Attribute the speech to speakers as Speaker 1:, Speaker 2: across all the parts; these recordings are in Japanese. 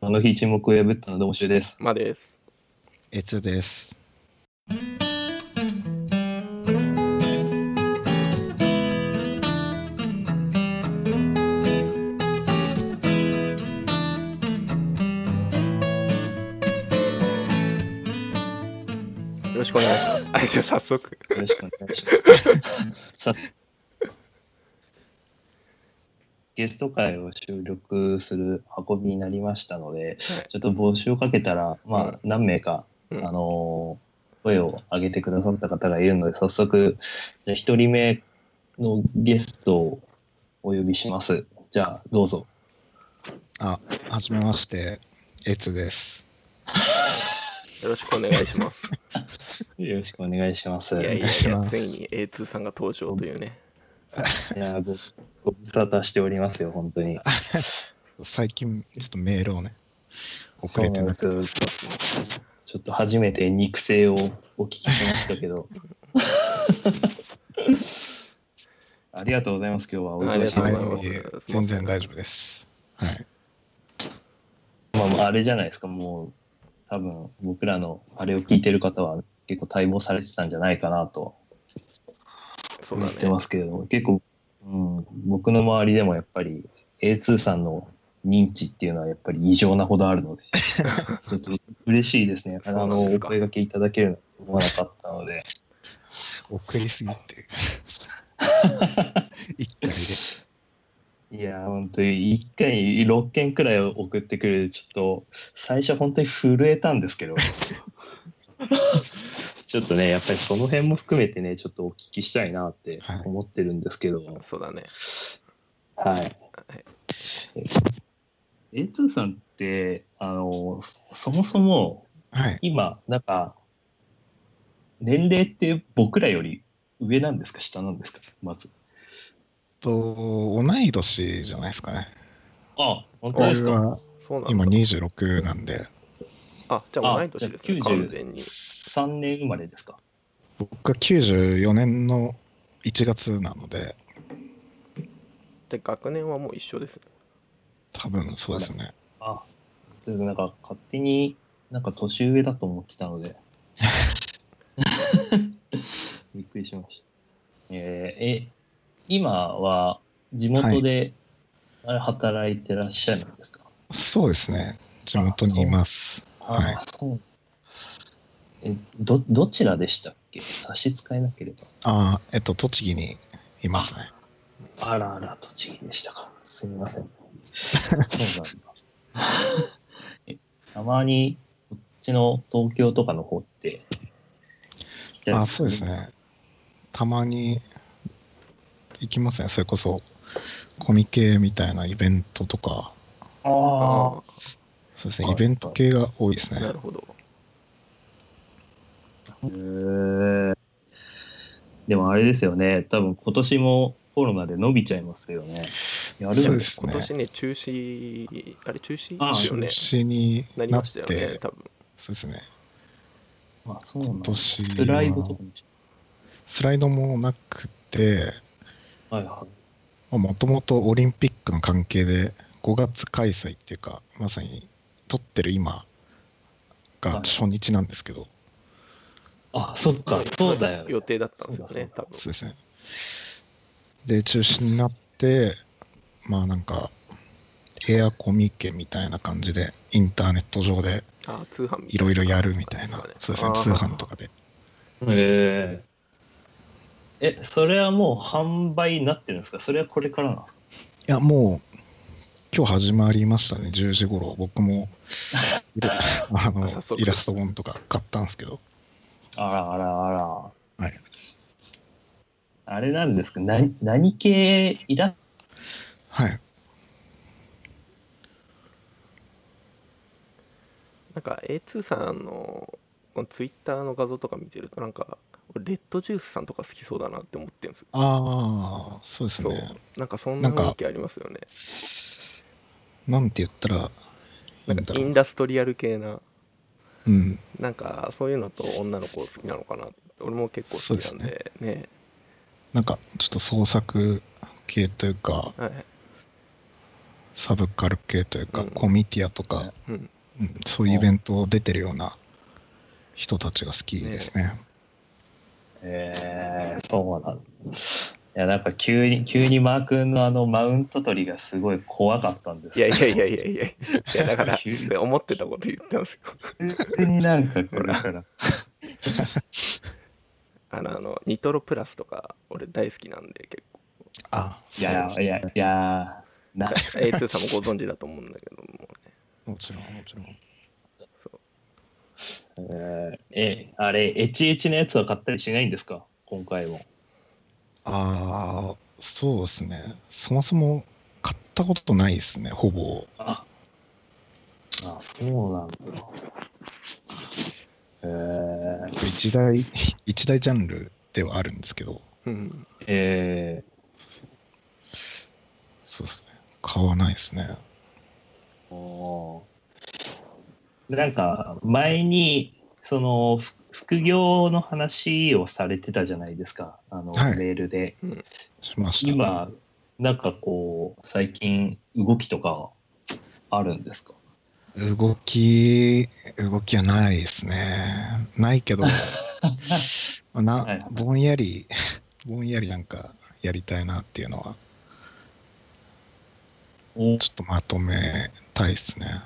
Speaker 1: あの日沈黙を破ったのどうもしゅうです。
Speaker 2: まあです。
Speaker 3: えつです。
Speaker 2: よろしくお願いします。あ、じゃあ早速。
Speaker 1: よろしくお願いします。 さゲスト会を収録する運びになりましたので、
Speaker 2: はい
Speaker 1: ちょっと募集をかけたら、まあ、何名か、
Speaker 2: うん
Speaker 1: あのー声を上げてくださった方がいるので、早速、じゃあ一人目のゲストをお呼びします。じゃあ、どうぞ。
Speaker 3: あ、はじめまして、えつです。
Speaker 2: よろしくお願いします。
Speaker 1: よろしくお願いします。
Speaker 2: いやいやいや、
Speaker 3: 願い
Speaker 2: つい
Speaker 3: します
Speaker 2: に A2 さんが登場というね。
Speaker 1: いやごご無沙汰しておりますよ、本当に。
Speaker 3: 最近、ちょっとメールをね、遅れてなくて
Speaker 1: そうなんですよちょっと初めて肉声をお聞きしましたけ ど。ありがとうございます、今日は。お忙しい
Speaker 2: あ
Speaker 1: ま
Speaker 2: り
Speaker 3: は
Speaker 2: がと
Speaker 1: あ
Speaker 2: うございま
Speaker 3: い、いえ全然大丈夫です。はい。
Speaker 1: まあまあ、あれじゃないですか、もう、多分僕らのあれを聞いてる方は結構待望されてたんじゃないかなと
Speaker 2: そうだ
Speaker 1: 思っ
Speaker 2: ね。
Speaker 1: てますけれども、結構、うん、僕の周りでもやっぱり A2 さんの認知っていうのはやっぱり異常なほどある ので、ちょっと嬉しいですね。あ
Speaker 2: そうな
Speaker 1: の、
Speaker 2: んです
Speaker 1: お
Speaker 2: か
Speaker 1: 声がけいただけると思わなかったので。
Speaker 3: 送りすぎて。一回で。
Speaker 1: いやー、本当に1回に6件くらい送ってくる、ちょっと、最初本当に震えたんですけど、ちょっとね、やっぱりその辺も含めてね、ちょっとお聞きしたいなって
Speaker 3: はい
Speaker 1: 思ってるんですけど、
Speaker 2: そうだね。
Speaker 1: はい。A2 さんって、あの、そそもそも
Speaker 3: はい。
Speaker 1: 今、なんか、年齢って僕らより上なんですか、下なんですか、まず。
Speaker 3: と、同い年じゃないですかね。
Speaker 1: あ、本当
Speaker 2: そう
Speaker 1: ですか。
Speaker 3: は
Speaker 2: そうなん
Speaker 3: 今
Speaker 2: だ。
Speaker 3: 26なんで、
Speaker 2: あ、じゃあ同
Speaker 1: あ
Speaker 2: い、
Speaker 1: じゃあ
Speaker 2: 年ですね。完全に。
Speaker 1: 93年生まれですか。
Speaker 3: 僕が94年の1月なので、
Speaker 2: で、学年はもう一緒ですね。
Speaker 3: 多分そうですね。
Speaker 1: あ、ちょっとなんか勝手になんか年上だと思ってたので。 びっくりしました。えーえ、今は地元で、あれ働いてらっしゃるんですか
Speaker 3: そうですね。地元にいます。
Speaker 1: あ、
Speaker 3: はい
Speaker 1: そう。え、ど、どちらでしたっけ差し支えなければ。
Speaker 3: あーえっと、栃木にいますね。
Speaker 1: あらあら、栃木でしたか。すみません。 そうなんだ。えたまに、こっちの東京とかの方って。
Speaker 3: あ、そうですね。。たまに行きますね。それこそ、コミケみたいなイベントとか、
Speaker 1: ああ
Speaker 2: あ。
Speaker 3: そうですね、
Speaker 1: はい
Speaker 3: イベント系が多いです
Speaker 2: あ、
Speaker 3: ね
Speaker 2: な。るほど。
Speaker 1: へえでもあれですよね。多分今年もコロナで伸びちゃいますよね。やるん
Speaker 3: そう
Speaker 1: で
Speaker 3: ですす
Speaker 1: か
Speaker 2: 今
Speaker 3: ね。
Speaker 2: 年ね、中止、あれ中止
Speaker 1: あ
Speaker 2: ですよね。
Speaker 3: 中止に
Speaker 2: なり
Speaker 3: な
Speaker 2: ま
Speaker 3: っ
Speaker 2: した
Speaker 3: て、
Speaker 2: よね、多分。
Speaker 3: そうですね。
Speaker 1: あ、そうなん
Speaker 3: 今
Speaker 1: だ。
Speaker 3: 年は
Speaker 1: スライドとかもし
Speaker 3: スライドもなくて、
Speaker 1: はいは
Speaker 3: もともとオリンピックの関係で、5月開催っていうか、まさに撮ってる今が初日なんですけど、
Speaker 1: い。あ、そっか、そうだよ。
Speaker 2: 予定だったんですよね、
Speaker 1: そ
Speaker 2: 多分。
Speaker 3: そうですね。で、中止になって、まあなんか、エアコミケみたいな感じで、インターネット上で
Speaker 2: あ、通販みた
Speaker 3: いろいろやるみたいな、そうですね、通販と
Speaker 2: か。
Speaker 3: かで。
Speaker 1: へええ、それはもう販売になってるんですかそれはこれからなんですか
Speaker 3: いや、もう、今日始まりましたね、10時頃僕も、いろあ
Speaker 2: あ
Speaker 3: の
Speaker 2: 早速
Speaker 3: イラスト本とか買ったんですけど、
Speaker 1: あらあらあら。
Speaker 3: はい
Speaker 1: あれなんですか何何系イラ
Speaker 3: はい、
Speaker 2: なんか A2 さんのツイッターの画像とか見てるとなんか俺レッドジュースさんとか好きそうだなって思ってるんですよ
Speaker 3: ああ、そうです
Speaker 2: そう
Speaker 3: ね、
Speaker 2: なんかそんな
Speaker 3: なんか
Speaker 2: 雰囲気ありますよね
Speaker 3: なんて言ったらい
Speaker 2: な
Speaker 3: い
Speaker 2: ん
Speaker 3: ん
Speaker 2: か
Speaker 3: だろ
Speaker 2: イ
Speaker 3: う。
Speaker 2: ンダストリアル系な
Speaker 3: うん、
Speaker 2: なんかそういうのと女の子好きなのかな俺も結構好きなんでね
Speaker 3: なんか、ちょっと創作系というか、
Speaker 2: はい、
Speaker 3: サブカル系というか、
Speaker 2: うん
Speaker 3: コミティアとか、
Speaker 2: うん
Speaker 3: うんそういうイベント出てるような人たちが好きですね。
Speaker 1: えー、そうなんです。いや、なんか急に、急にマー君のあの、マウント取りがすごい怖かったんです
Speaker 2: いやいや
Speaker 1: や
Speaker 2: いやいやいやいやだから
Speaker 1: 急に
Speaker 2: 思ってたこと言ったんですよ
Speaker 1: 急になんかこれから。
Speaker 2: あのあのニトロプラスとか俺大好きなんで結構
Speaker 3: あ
Speaker 1: い
Speaker 3: そう
Speaker 1: や
Speaker 3: です
Speaker 1: いやいや、な、
Speaker 2: A2 さんもご存知だと思うんだけどもね
Speaker 3: もちろん、もちろん。
Speaker 1: えーえ、あれ、エチエチのやつは買ったりしないんですか今回も。
Speaker 3: ああ、そうですね。そもそも買ったことないですね、ほぼ。
Speaker 1: あ、あそうなんだ。えー、
Speaker 3: 一大、 一大ジャンルではあるんですけど、
Speaker 2: うん
Speaker 1: え
Speaker 3: そうですね。買わないですね。
Speaker 1: ー、おーなんか、前に、その、ふ副業の話をされてたじゃないですか。あの、
Speaker 3: はい
Speaker 1: メールで。
Speaker 2: うん
Speaker 3: しました。
Speaker 1: 今、なんかこう、最近、動きとか、あるんですか
Speaker 3: 動き、動きはないですね。な いけど、な
Speaker 1: はい
Speaker 3: ぼんやり、ぼんやりなんかやりたいなっていうのは、
Speaker 1: お
Speaker 3: ちょっとまとめたいですね。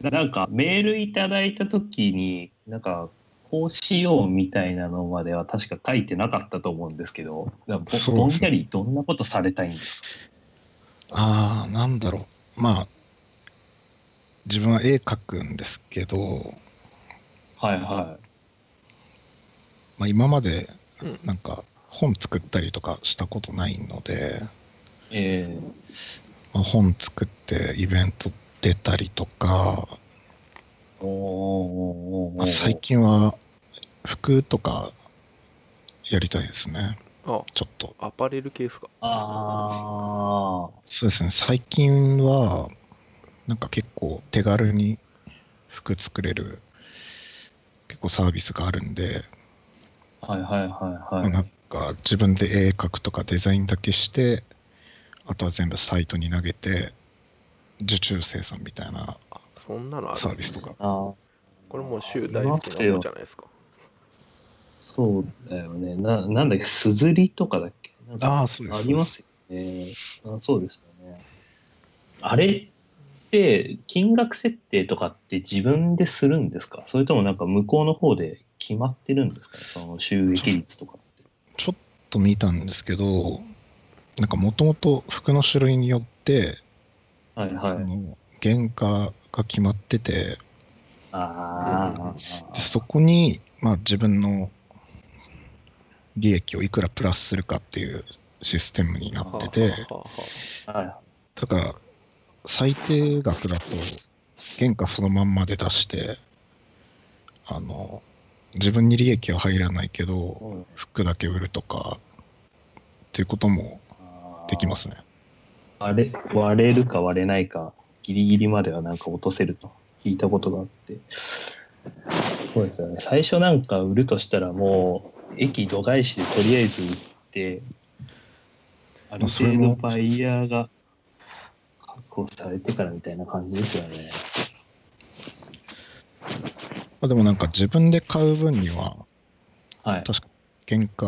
Speaker 1: なんかメールいただいた時になんかこうしようみたいなのまでは確か書いてなかったと思うんですけどなんか
Speaker 3: そ
Speaker 1: ぼ
Speaker 3: う
Speaker 1: ぼん
Speaker 3: ですね
Speaker 1: やりどんなことされたいんですか
Speaker 3: ああ、なんだろう。まあ、自分は絵描くんですけど、
Speaker 1: はいは
Speaker 3: まあ、今まで
Speaker 2: うん
Speaker 3: なんか本作ったりとかしたことないので、
Speaker 1: いえー
Speaker 3: まあ、本作ってイベント出たりとか、
Speaker 1: おーおーおーおー
Speaker 3: まあ最近は服とかやりたいですね。
Speaker 2: あ
Speaker 3: ちょっと。
Speaker 2: アパレル系ですか
Speaker 1: あ
Speaker 3: そうですね。最近はなんか結構手軽に服作れる結構サービスがあるんで、
Speaker 1: あはいはいはいはい、
Speaker 3: なんか自分で絵描くとかデザインだけしてあとは全部サイトに投げて受注生産みたいな
Speaker 2: そんなのある
Speaker 3: サービスとか
Speaker 1: あー
Speaker 2: これもう州大好きなもんじゃないですか
Speaker 1: そうだよねななんだっけすずりとかだっけなんか
Speaker 3: ああそうで
Speaker 1: あ
Speaker 3: す
Speaker 1: りますよね。あそうですよね。あれって金額設定とかって自分でするんですかそれともなんか向こうの方で決まってるんですかねその収益率とかって。
Speaker 3: ちょっと見たんですけどなんかもともと服の種類によって、
Speaker 1: はいは
Speaker 3: そ
Speaker 1: い。
Speaker 3: の原価が決まってて
Speaker 1: あ
Speaker 3: でそこに、まあ、自分の利益をいくらプラスするかっていうシステムにな
Speaker 2: はあ
Speaker 3: ってて、
Speaker 2: はあは
Speaker 1: あ。は
Speaker 3: だから、最低額だと、原価そのまんまで出して、あの、自分に利益は入らないけ
Speaker 1: い
Speaker 3: ど、服だけ売るとか、っていうことも
Speaker 1: はい。
Speaker 3: できますね。
Speaker 1: 割れ割れるか割れないかギリギリまではなんか落とせると聞いたことがあってそうですよね最初なんか売るとしたらもう駅度外視でとりあえず売ってある
Speaker 3: あそれ
Speaker 1: 程
Speaker 3: も
Speaker 1: 度バイヤーが確保されてからみたいな感じですよね
Speaker 3: まあ、でもなんか自分で買う分には、
Speaker 1: はい
Speaker 3: 確か、原価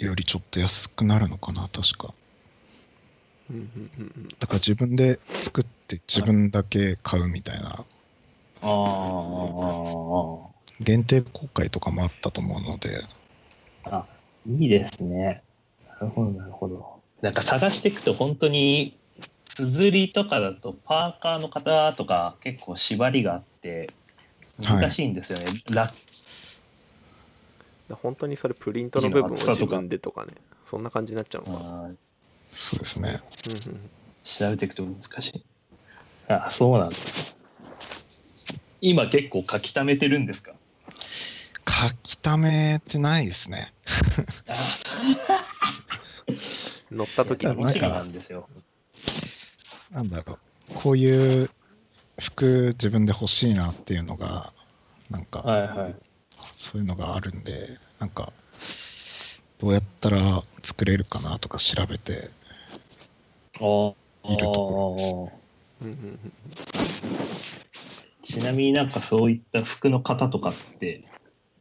Speaker 3: よりちょっと安くなるのかな、確か。
Speaker 2: うんうんうんうん
Speaker 3: だから自分で作って自分だけ買うみたいな、
Speaker 1: あー
Speaker 3: 限定公開とかもあったと思うので、
Speaker 1: いいですね。なるほど、なるほど。なんか探していくと本当に、すずりとかだとパーカーの方とか結構縛りがあって、
Speaker 3: はい
Speaker 1: 難しいんですよね。ラ
Speaker 2: だ本当にそれプリントの部分を自分でとかねそんな感じになっちゃうのかな
Speaker 1: あー
Speaker 3: そうですね。
Speaker 2: うんうん
Speaker 1: 調べていくと難しい。あ、そうなんだ。今結構書き溜めてるんですか
Speaker 3: 書き溜めってないですね。
Speaker 1: あ
Speaker 2: 乗った時
Speaker 3: いや
Speaker 2: に
Speaker 1: 楽
Speaker 3: な
Speaker 1: し
Speaker 3: ん
Speaker 1: み
Speaker 3: か
Speaker 1: なんですよ。
Speaker 3: なんだろう。こういう服自分で欲しいなっていうのが、なんか、
Speaker 1: はいはい。
Speaker 3: そういうのがあるんで、なんか、どうやったら作れるかなとか調べて、
Speaker 1: あ
Speaker 3: いるところです。
Speaker 1: ああ
Speaker 2: うんうんうん
Speaker 1: ちなみになんかそういった服の型とかって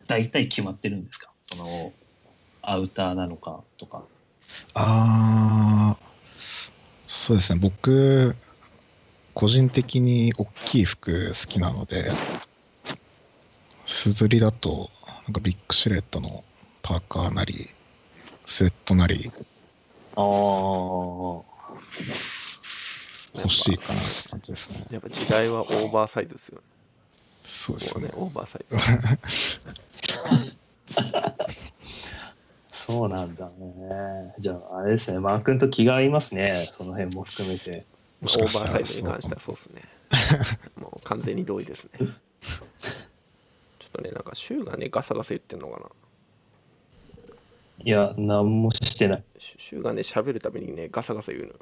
Speaker 1: 大体決まってるんですかそのアウターなのかとか。
Speaker 3: ああ、そうですね。僕、個人的に大きい服好きなので、すずりだと、なんかビッグシルエットのパーカーなり、スウェットなり
Speaker 1: ああ。
Speaker 3: 欲しいかなって感じですね。
Speaker 2: やっぱ時代はオーバーサイズですよね。
Speaker 3: そうです
Speaker 2: もう
Speaker 3: ね
Speaker 2: ね、。オーバーサイズ。
Speaker 1: そうなんだね。じゃああれですね、マー君と気が合いますね。その辺も含めて。
Speaker 2: オ
Speaker 3: も
Speaker 2: ー
Speaker 3: し
Speaker 2: バー
Speaker 3: かした
Speaker 2: サ
Speaker 3: ら
Speaker 2: イズに関してはそうですね。もう完全に同意ですね。ちょっとね、なんか週がね、ガサガサ言ってんのかな。
Speaker 1: いや、何もしてない。
Speaker 2: 週がね、喋るたびにね、ガサガサ言うの。
Speaker 1: い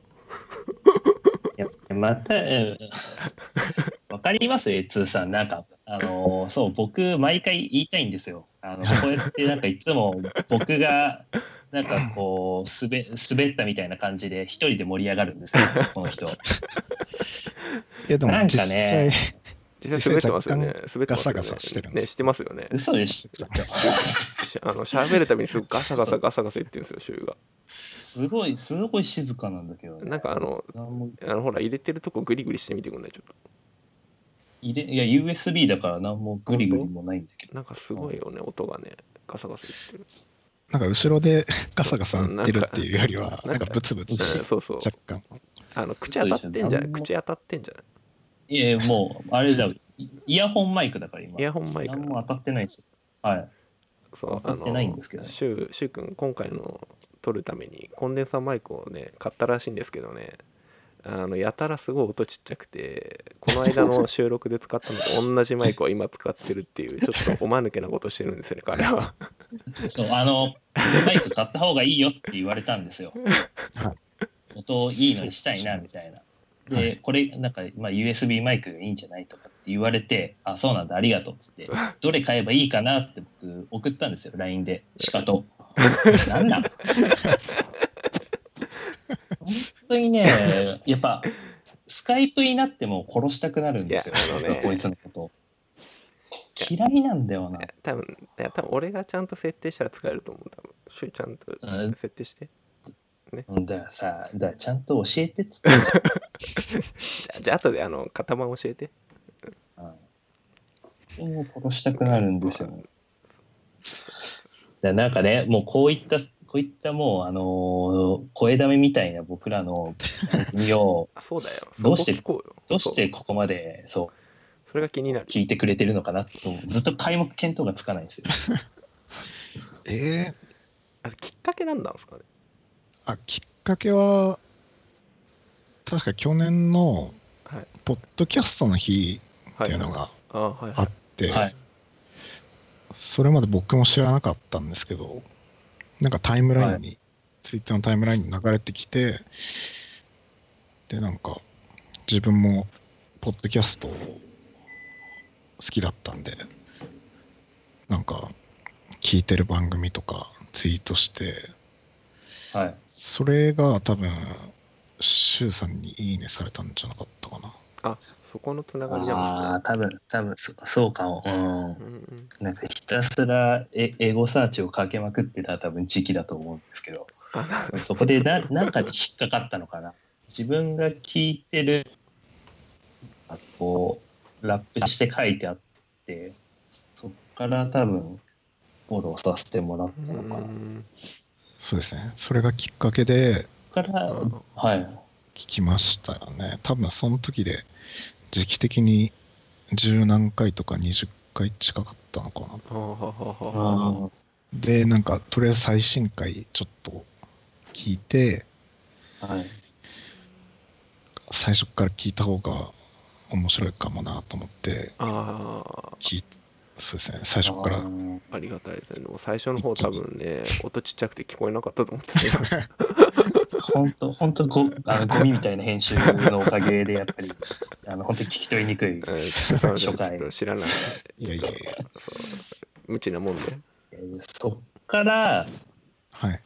Speaker 1: やまた、え ーわかります ?A2 さん。なんか、あのーそう、僕、毎回言いたいんですよ。あの、こうやって、なんかいつも僕が、なんかこう、すべ、滑ったみたいな感じで、一人で盛り上がるんですよ、この人。
Speaker 3: いや、でも
Speaker 1: なん
Speaker 3: 実
Speaker 1: かね
Speaker 3: 際、
Speaker 2: 実際滑ってますよね滑って
Speaker 3: 若。
Speaker 2: ますよね。
Speaker 3: ガサガサしてるんです
Speaker 2: ね、してますよね。
Speaker 1: 嘘でしょ。
Speaker 2: しあの喋るたびにすごいガサガサガサガサ言ってるんですよ、週が。
Speaker 1: すごい、すごい静かなんだけど、ね。
Speaker 2: なんかあの、
Speaker 1: なんも
Speaker 2: あのほら、入れてるとこグリグリしてみてくんない、ちょっ
Speaker 1: 入れ、いや、USB だから、なんもグリグリもないんだけど。
Speaker 2: と。なんかすごいよね、音がね、ガサガサ言ってる。
Speaker 3: なんか後ろでガサガサ鳴ってるっていうよりは、
Speaker 2: な
Speaker 3: なん
Speaker 2: か
Speaker 3: んかブツブ
Speaker 2: う
Speaker 3: ツ
Speaker 2: んそうそう。
Speaker 3: 若干。
Speaker 2: あの、口当たってんじ
Speaker 1: 嘘
Speaker 2: ゃない
Speaker 1: でしょ
Speaker 2: 口当たってんじゃない
Speaker 1: いや、もう、あれだ、イイヤホンマイクだから、今。
Speaker 2: イヤホンマイク
Speaker 1: 何。も当たってないんですよ。はい。
Speaker 2: そう、
Speaker 1: 当た
Speaker 2: あ
Speaker 1: ってないん
Speaker 2: の
Speaker 1: ですけど、ね
Speaker 2: シュウ、シュウ君、今回の撮るために、コンデンサーマイクをね、買ったらしいんですけどね、あの、やたらすごい音ちっちゃくて、この間の収録で使ったのと同じマイクを今使ってるっていう、ちょっとおまぬけなことしてるんですよね、彼は。
Speaker 1: そう、あの、マイク買った方がいいよって言われたんですよ。
Speaker 3: は
Speaker 1: 音いいのにしたいな、みたいな。で、
Speaker 3: は
Speaker 1: これ、なんか、まあ、USB マイクがいいんじゃないとかって言われて、あ、そうなんだ、ありがとうっつって、どれ買えばいいかなって僕、送ったんですよ、LINE で。しかと。なんだ本当にね、やっぱ、スカイプになっても殺したくなるんですよ、
Speaker 2: いやあのね
Speaker 1: こいつのこと。嫌いなんだよな。
Speaker 2: 多分いや多分俺がちゃんと設定したら使えると思う、多分シュウちゃんと
Speaker 1: うん
Speaker 2: 設定して。
Speaker 1: うんだからさ、だからちゃんと教えてっつってんじ
Speaker 2: じゃあ、じゃあ後で、あの、型番教えて。
Speaker 1: ゃん。うん、もう殺したくなるんですよね。だからなんかね、もうこういった、こういったもう、あのー声だめみたいな僕らの番組を
Speaker 2: あ、そうだよ。
Speaker 1: どうして
Speaker 2: そこ聞こうよ。
Speaker 1: どうし
Speaker 2: そう
Speaker 1: てここまでそ
Speaker 2: それが気にな
Speaker 1: う
Speaker 2: る。
Speaker 1: 聞いてくれてるのかなって、そうずっと開幕見当がつかないんですよ。
Speaker 3: えー、
Speaker 2: あきっかけなんだんですかね。
Speaker 3: あ、きっかけは、確か去年の
Speaker 2: はい、
Speaker 3: ポッドキャストの日っ
Speaker 2: は
Speaker 3: ていうの
Speaker 2: い。
Speaker 3: があっ
Speaker 2: あ、はい、はい。
Speaker 3: て、
Speaker 1: はい。
Speaker 3: それまで僕も知らなかったんですけど、なんかタイムラインに、ツイッターのタイムラインに流れてきて、で、なんか、自分も、ポッドキャスト好きだったんで、なんか、聞いてる番組とかツイートして、
Speaker 1: はい。
Speaker 3: それが多分、シュウさんにいいねされたんじゃなかったかな。
Speaker 2: あ、そこのつながり
Speaker 1: あ
Speaker 2: なん
Speaker 1: あ、多分、多分そ、そうかも。うん
Speaker 2: で。すね。うんうん。
Speaker 1: なんかひたすらエエゴサーチをかけまくってた多分時期だと思うんですけど
Speaker 2: あ
Speaker 1: そこでななんかに引っかかったのかな自分が聞いてるあこうラップして書いてあってそっから多分フォローさせてもらっ
Speaker 2: う
Speaker 1: たのかな、そ
Speaker 2: ん。
Speaker 3: そうですね。それがきっかけで
Speaker 1: っから、
Speaker 2: うん
Speaker 1: はい
Speaker 3: 聞きましたよね。多分その時で、時期的に十何回とか20回近かったのかな。
Speaker 2: はあはあはあは
Speaker 1: あ
Speaker 3: で、なんか、とりあえず最新回ちょっと聞いて、
Speaker 1: ーはい
Speaker 3: 最初から聞いた方が面白いかもなと思って、
Speaker 2: あ。あ
Speaker 3: 聞いそうですね。最初から
Speaker 1: あー
Speaker 2: あ、ありがたいですね。でも最初の方多分ね、音ちっちゃくて聞こえなかったと思ってたけど
Speaker 1: 本当本当ごあのゴミみたいな編集のおかげでやっぱりあの本当に聞き取りにくい
Speaker 2: うんちょっと
Speaker 1: 初回
Speaker 2: ちょっと知らない。
Speaker 3: いやいやいや
Speaker 2: そう無知なもんで。
Speaker 1: えーそっから
Speaker 3: はい。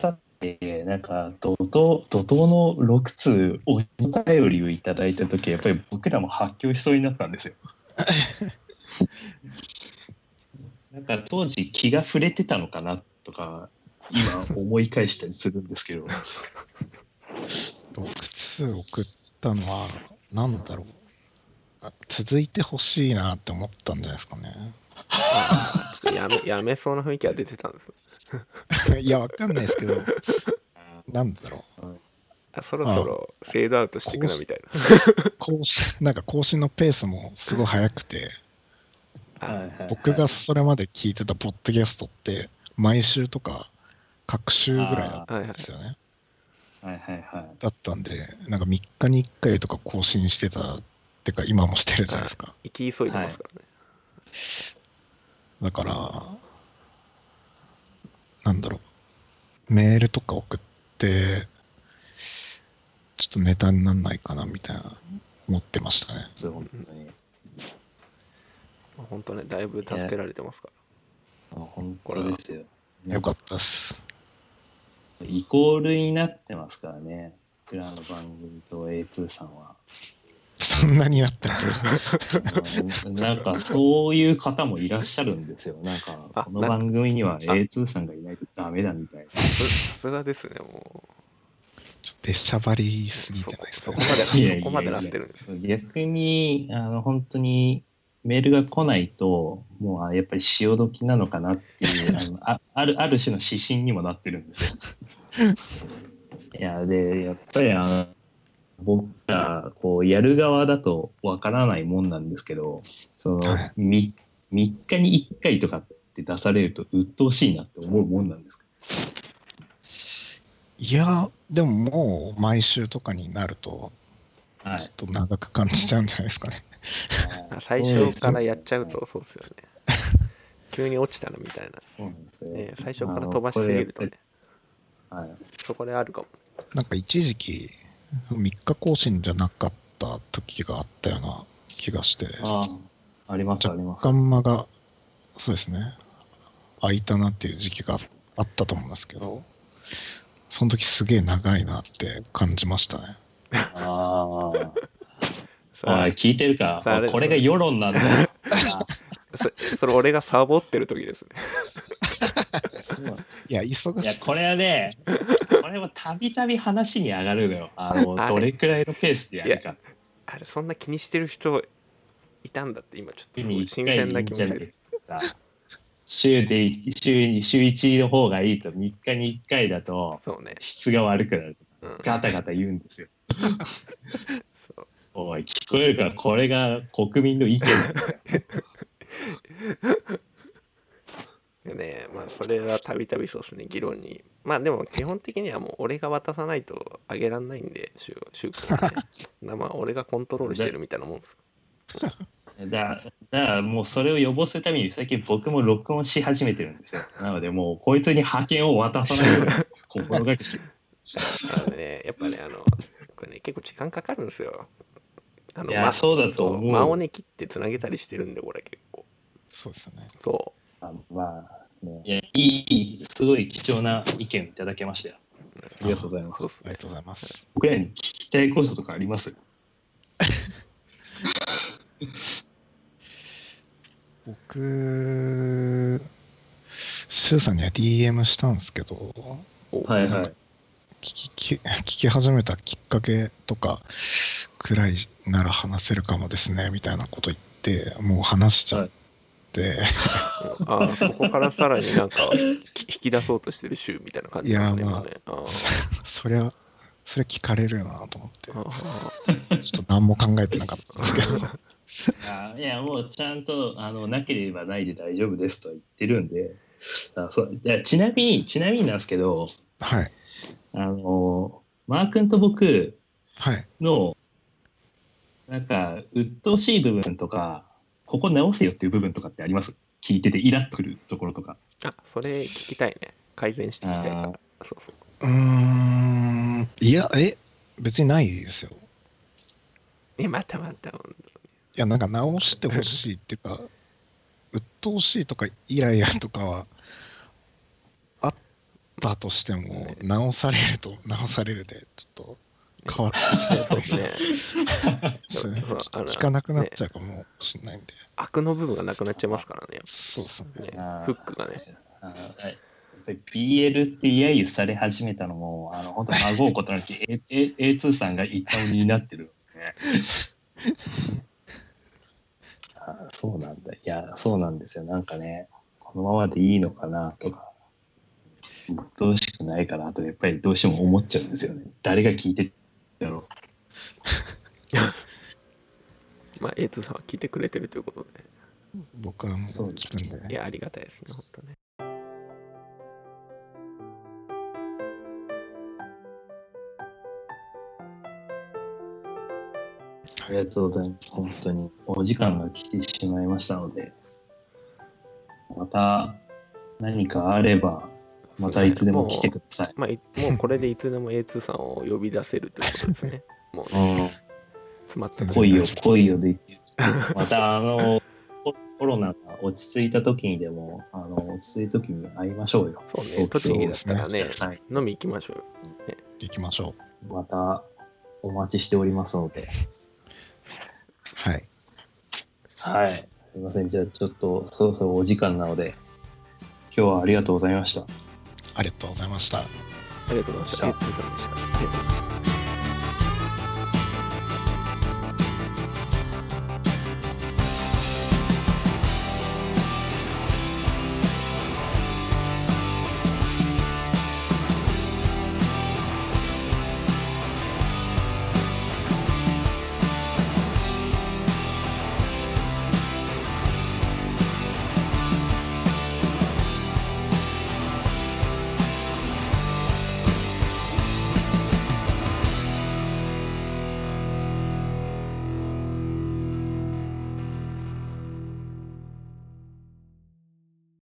Speaker 1: さて、なんか怒涛、怒涛の6通お便りをいただいた時、やっぱり僕らも発狂しそうになったんですよ。なんか当時気が触れてたのかなとか、今思い返したりするんですけど、
Speaker 3: 6通送ったのは、なんだろうあ。続いてほしいなって思ったんじゃないですかね。
Speaker 2: あーちょっとやめやめそうな雰囲気が出てたんです
Speaker 3: いや、わかんないですけど、なんだろ。
Speaker 2: あそろそろフェードアウトしていくなみたいう
Speaker 3: 更新、なんか更新のペースもすごい早くて、
Speaker 2: な、
Speaker 1: はいはい
Speaker 2: あ
Speaker 1: はい
Speaker 3: 僕がそれまで聞いてたポッドキャストって、毎週とか、各週ぐらいだったんですよね。
Speaker 1: はいはいはい。
Speaker 3: だったんで、なんか3日に1回とか更新してた、ってか今もしてるじゃないですか。
Speaker 2: 行き急いでますからね、
Speaker 3: だから、なんだろう、メールとか送って、ちょっとネタになんないかなみたいな、思ってましたね。
Speaker 1: そう本当に。
Speaker 2: まあ本当ねだいぶ助けられてますから
Speaker 1: あ本当ですよ。
Speaker 3: よかったっす。
Speaker 1: イコールになってますからね。僕らの番組と A2 さんは。
Speaker 3: そんなになってる。
Speaker 1: あの なんかそういう方もいらっしゃるんですよ。なんか
Speaker 2: あ
Speaker 1: この番組には A2 さんがいないとダメだみたいな。
Speaker 2: そさすがですねも
Speaker 3: ちょっと出しゃばり
Speaker 2: う
Speaker 3: すぎてないです
Speaker 2: そ
Speaker 3: か
Speaker 2: こま
Speaker 1: いやいやいや
Speaker 2: でそこまでなってるんです
Speaker 1: 逆にあの本当にメールが来ないともうあやっぱり潮時なのかなっていうあのああるある種の指針にもなってるんですよ。いやでやっぱりあの僕らこうやる側だとわからないもんなんですけどその
Speaker 3: はい
Speaker 1: み3日に1回とかって出されると鬱陶しいなって思うもんなんですか
Speaker 3: いや、でももう毎週とかになると、
Speaker 1: はい
Speaker 3: ちょっと長く感じちゃうんじゃないですかね。
Speaker 2: あ最初からやっちゃうとそうですよね急に落ちたのみたい
Speaker 1: そうなんですよ
Speaker 2: な、ね、最初から飛ばしすぎるとね
Speaker 1: はい
Speaker 2: そこであるかも
Speaker 3: なんか一時期、3日更新じゃなかった時があったような気がして、
Speaker 1: ああ、あります、あります。
Speaker 3: ガンマが、そうですね、空いたなっていう時期があったと思うんですけど、その時すげえ長いなって感じましたね。
Speaker 1: ああ。
Speaker 2: そ
Speaker 1: おい
Speaker 2: れ
Speaker 1: 聞いてるか
Speaker 2: さああれ。
Speaker 1: これが世論なんだ。
Speaker 2: そそれ俺がサボってる時ですね
Speaker 3: いや、忙
Speaker 1: いや
Speaker 3: し、
Speaker 1: これはね、これはたびたび話に上がるのよ。あの、
Speaker 2: あれ
Speaker 1: どれくらいのペースでやるか。
Speaker 2: あれそんな気にしてる人いたんだって今ちょっと
Speaker 1: 月
Speaker 2: すご
Speaker 1: に
Speaker 2: い
Speaker 1: 1
Speaker 2: 新
Speaker 1: 回
Speaker 2: 鮮
Speaker 1: で
Speaker 2: ない
Speaker 1: いん
Speaker 2: 気持
Speaker 1: じ
Speaker 2: ち
Speaker 1: ゃな
Speaker 2: で
Speaker 1: い週で、週に、週1の方がいいと、3日に1回だと、
Speaker 2: そうね、
Speaker 1: 質が悪くなると。
Speaker 2: うん、
Speaker 1: ガタガタ言うんですよ。
Speaker 2: そう
Speaker 1: おい、聞こえるから、これが国民の意見なんだよ。
Speaker 2: でねまあそれはたびたびそうですね議論にまあでも基本的にはもう俺が渡さないとあげらんないんで週週間はねなまあ俺がコントロールしてるみたいなもんです
Speaker 1: だだからもうそれを予防するために最近僕も録音し始めてるんですよ。なのでもうこいつに派遣を渡さないように心がけてる。
Speaker 2: あのね、やっぱね、あの、これね、結構時間かかるんですよ。あの
Speaker 1: いや
Speaker 2: ま
Speaker 1: そうだと思う
Speaker 2: そ間をね、切ってつなげたりしてるんで、これ結構。
Speaker 3: そうですよね。
Speaker 2: そ
Speaker 1: あのまあ、ね、いやいいいい、すごい貴重な意見をいただけましたよ。ありがとうございま
Speaker 2: う、そ
Speaker 1: す
Speaker 2: う。
Speaker 3: あり
Speaker 2: です
Speaker 3: がと
Speaker 2: ね。
Speaker 3: うございます。
Speaker 1: 僕らに聞きたいこととかあります
Speaker 3: 僕、シュウさんには DM したんですけど、
Speaker 2: お
Speaker 1: はいはい。
Speaker 3: 聞き聞き始めたきっかけとかくらいなら話せるかもですねみたいなこと言ってもう話しちゃって、
Speaker 2: あそこからさらになんか、き引き出そうとしてる週みたいな感じなんですね。
Speaker 3: いやまあ
Speaker 2: 今ねあー
Speaker 3: そりゃそれ聞かれるよなと思って
Speaker 2: あー
Speaker 3: ちょっと何も考えてなかったんですけ ど
Speaker 1: あいや、もうちゃんとあのなければないで大丈夫ですとは言ってるんで、あそういやちなみに、ちなみになんですけど、
Speaker 3: はい
Speaker 1: あのマー君と僕、
Speaker 3: はい
Speaker 1: の、なんか、鬱陶しい部分とか、ここ直せよっていう部分とかってあります聞いててイラっとくるところとか。
Speaker 2: あ、それ聞きたいね。改善していきたいか
Speaker 1: あ
Speaker 2: ら
Speaker 1: ー。
Speaker 2: そうそう。
Speaker 3: うーんいやえ別にないですよ
Speaker 2: え、またまた。
Speaker 3: いやなんか直してほしいっていう か鬱陶しいとかイライラとかはあったとしても、直されると直されるで、ちょっと変わって
Speaker 2: そう で
Speaker 3: き
Speaker 2: す
Speaker 3: て、
Speaker 2: ね。
Speaker 3: ちょっ
Speaker 2: そう
Speaker 3: と
Speaker 2: あの
Speaker 3: 聞かなくなっちゃうかもしれないんで、
Speaker 2: 悪の部分がなくなっちゃいますからね。
Speaker 3: そうですね。
Speaker 2: ね
Speaker 1: あー
Speaker 2: フックがね。
Speaker 1: あーはいやっぱり BL って揶揄され始めたのも、あの本当、孫うことなき A- A- A2 さんが一端になってる、ね。あーそうなんだ。いや、そうなんですよ。なんかね、このままでいいのかなとか、どうしくないかなと、やっぱりどうしても思っちゃうんですよね。誰が聞いてるんだろ
Speaker 2: まあ、A2 さんは聞いてくれてるということで。
Speaker 3: 僕はもう
Speaker 1: そうです
Speaker 3: 聞くん
Speaker 2: い
Speaker 3: で、
Speaker 2: や、ありがたいですね、本当ね。
Speaker 1: う。ありがとうございます。本当に。お時間が来てしまいましたので、また何かあれば、またいつでも来てください。
Speaker 2: まあ、い もうこれでいつでも A2 さんを呼び出せるということです ね。もう、ね、
Speaker 1: う
Speaker 2: 詰まった
Speaker 1: ん、
Speaker 2: 時
Speaker 1: 来いよ、来いよで言って。また、あの、ココロナが落ち着いた時にでも、あの、落ち着いた時に会いましょうよ。
Speaker 2: そうね、栃木だったらね、
Speaker 1: はい。
Speaker 2: 飲み行きましょうよ。
Speaker 3: 行きましょう。
Speaker 1: また、お待ちしておりますので。
Speaker 3: はい。
Speaker 1: はい。すいません。じゃあ、ちょっと、そろそろお時間なので、今日はありがとうございました。
Speaker 3: ありがとうございました。
Speaker 2: ありがとうございました。
Speaker 1: さあ
Speaker 2: A2 さんでした。